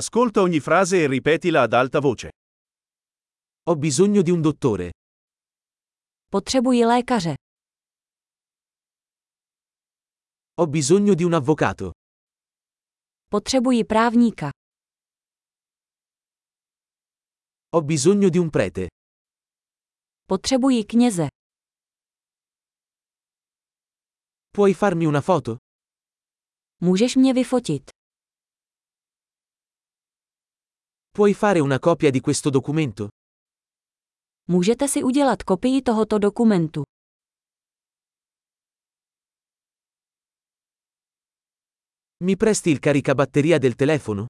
Ascolta ogni frase e ripetila ad alta voce. Ho bisogno di un dottore. Potřebuji lékaře. Ho bisogno di un avvocato. Potřebuji právníka. Ho bisogno di un prete. Potřebuji kněze. Puoi farmi una foto? Můžeš mě vyfotit. Puoi fare una copia di questo documento? Můžete si udělat kopii tohoto dokumentu. Mi presti il caricabatteria del telefono?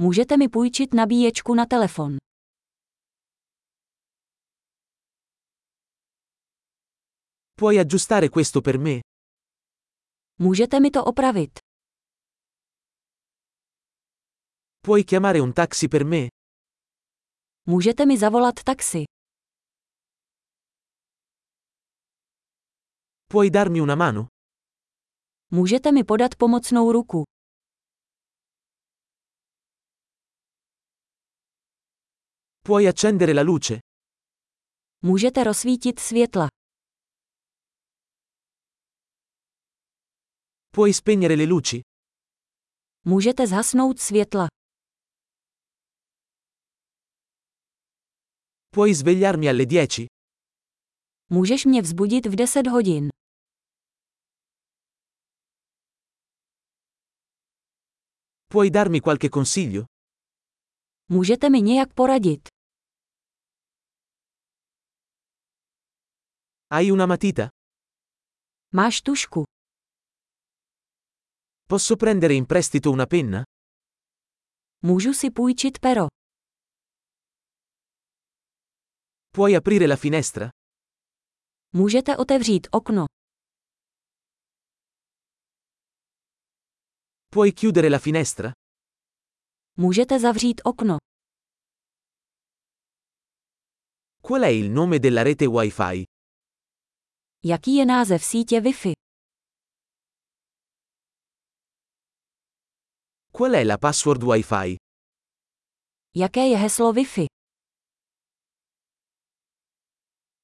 Můžete mi půjčit nabíječku na telefon. Puoi aggiustare questo per me? Můžete mi to opravit. Puoi chiamare un taxi per me? Můžete mi zavolat taxi. Puoi darmi una mano? Můžete mi podat pomocnou ruku. Puoi accendere la luce? Můžete rozsvítit světla. Puoi spegnere le luci? Můžete zhasnout světla. Puoi svegliarmi alle 10? Můžeš mě vzbudit v 10 hodin. Puoi darmi qualche consiglio? Můžete mi nějak poradit. Hai una matita? Máš tušku. Posso prendere in prestito una penna? Můžu si půjčit pero. Puoi aprire la finestra? Můžete otevřít okno. Puoi chiudere la finestra? Můžete zavřít okno. Qual è il nome della rete Wi-Fi? Jaký je název sítě Wi-Fi? Qual è la password Wi-Fi? Jaké je heslo Wi-Fi?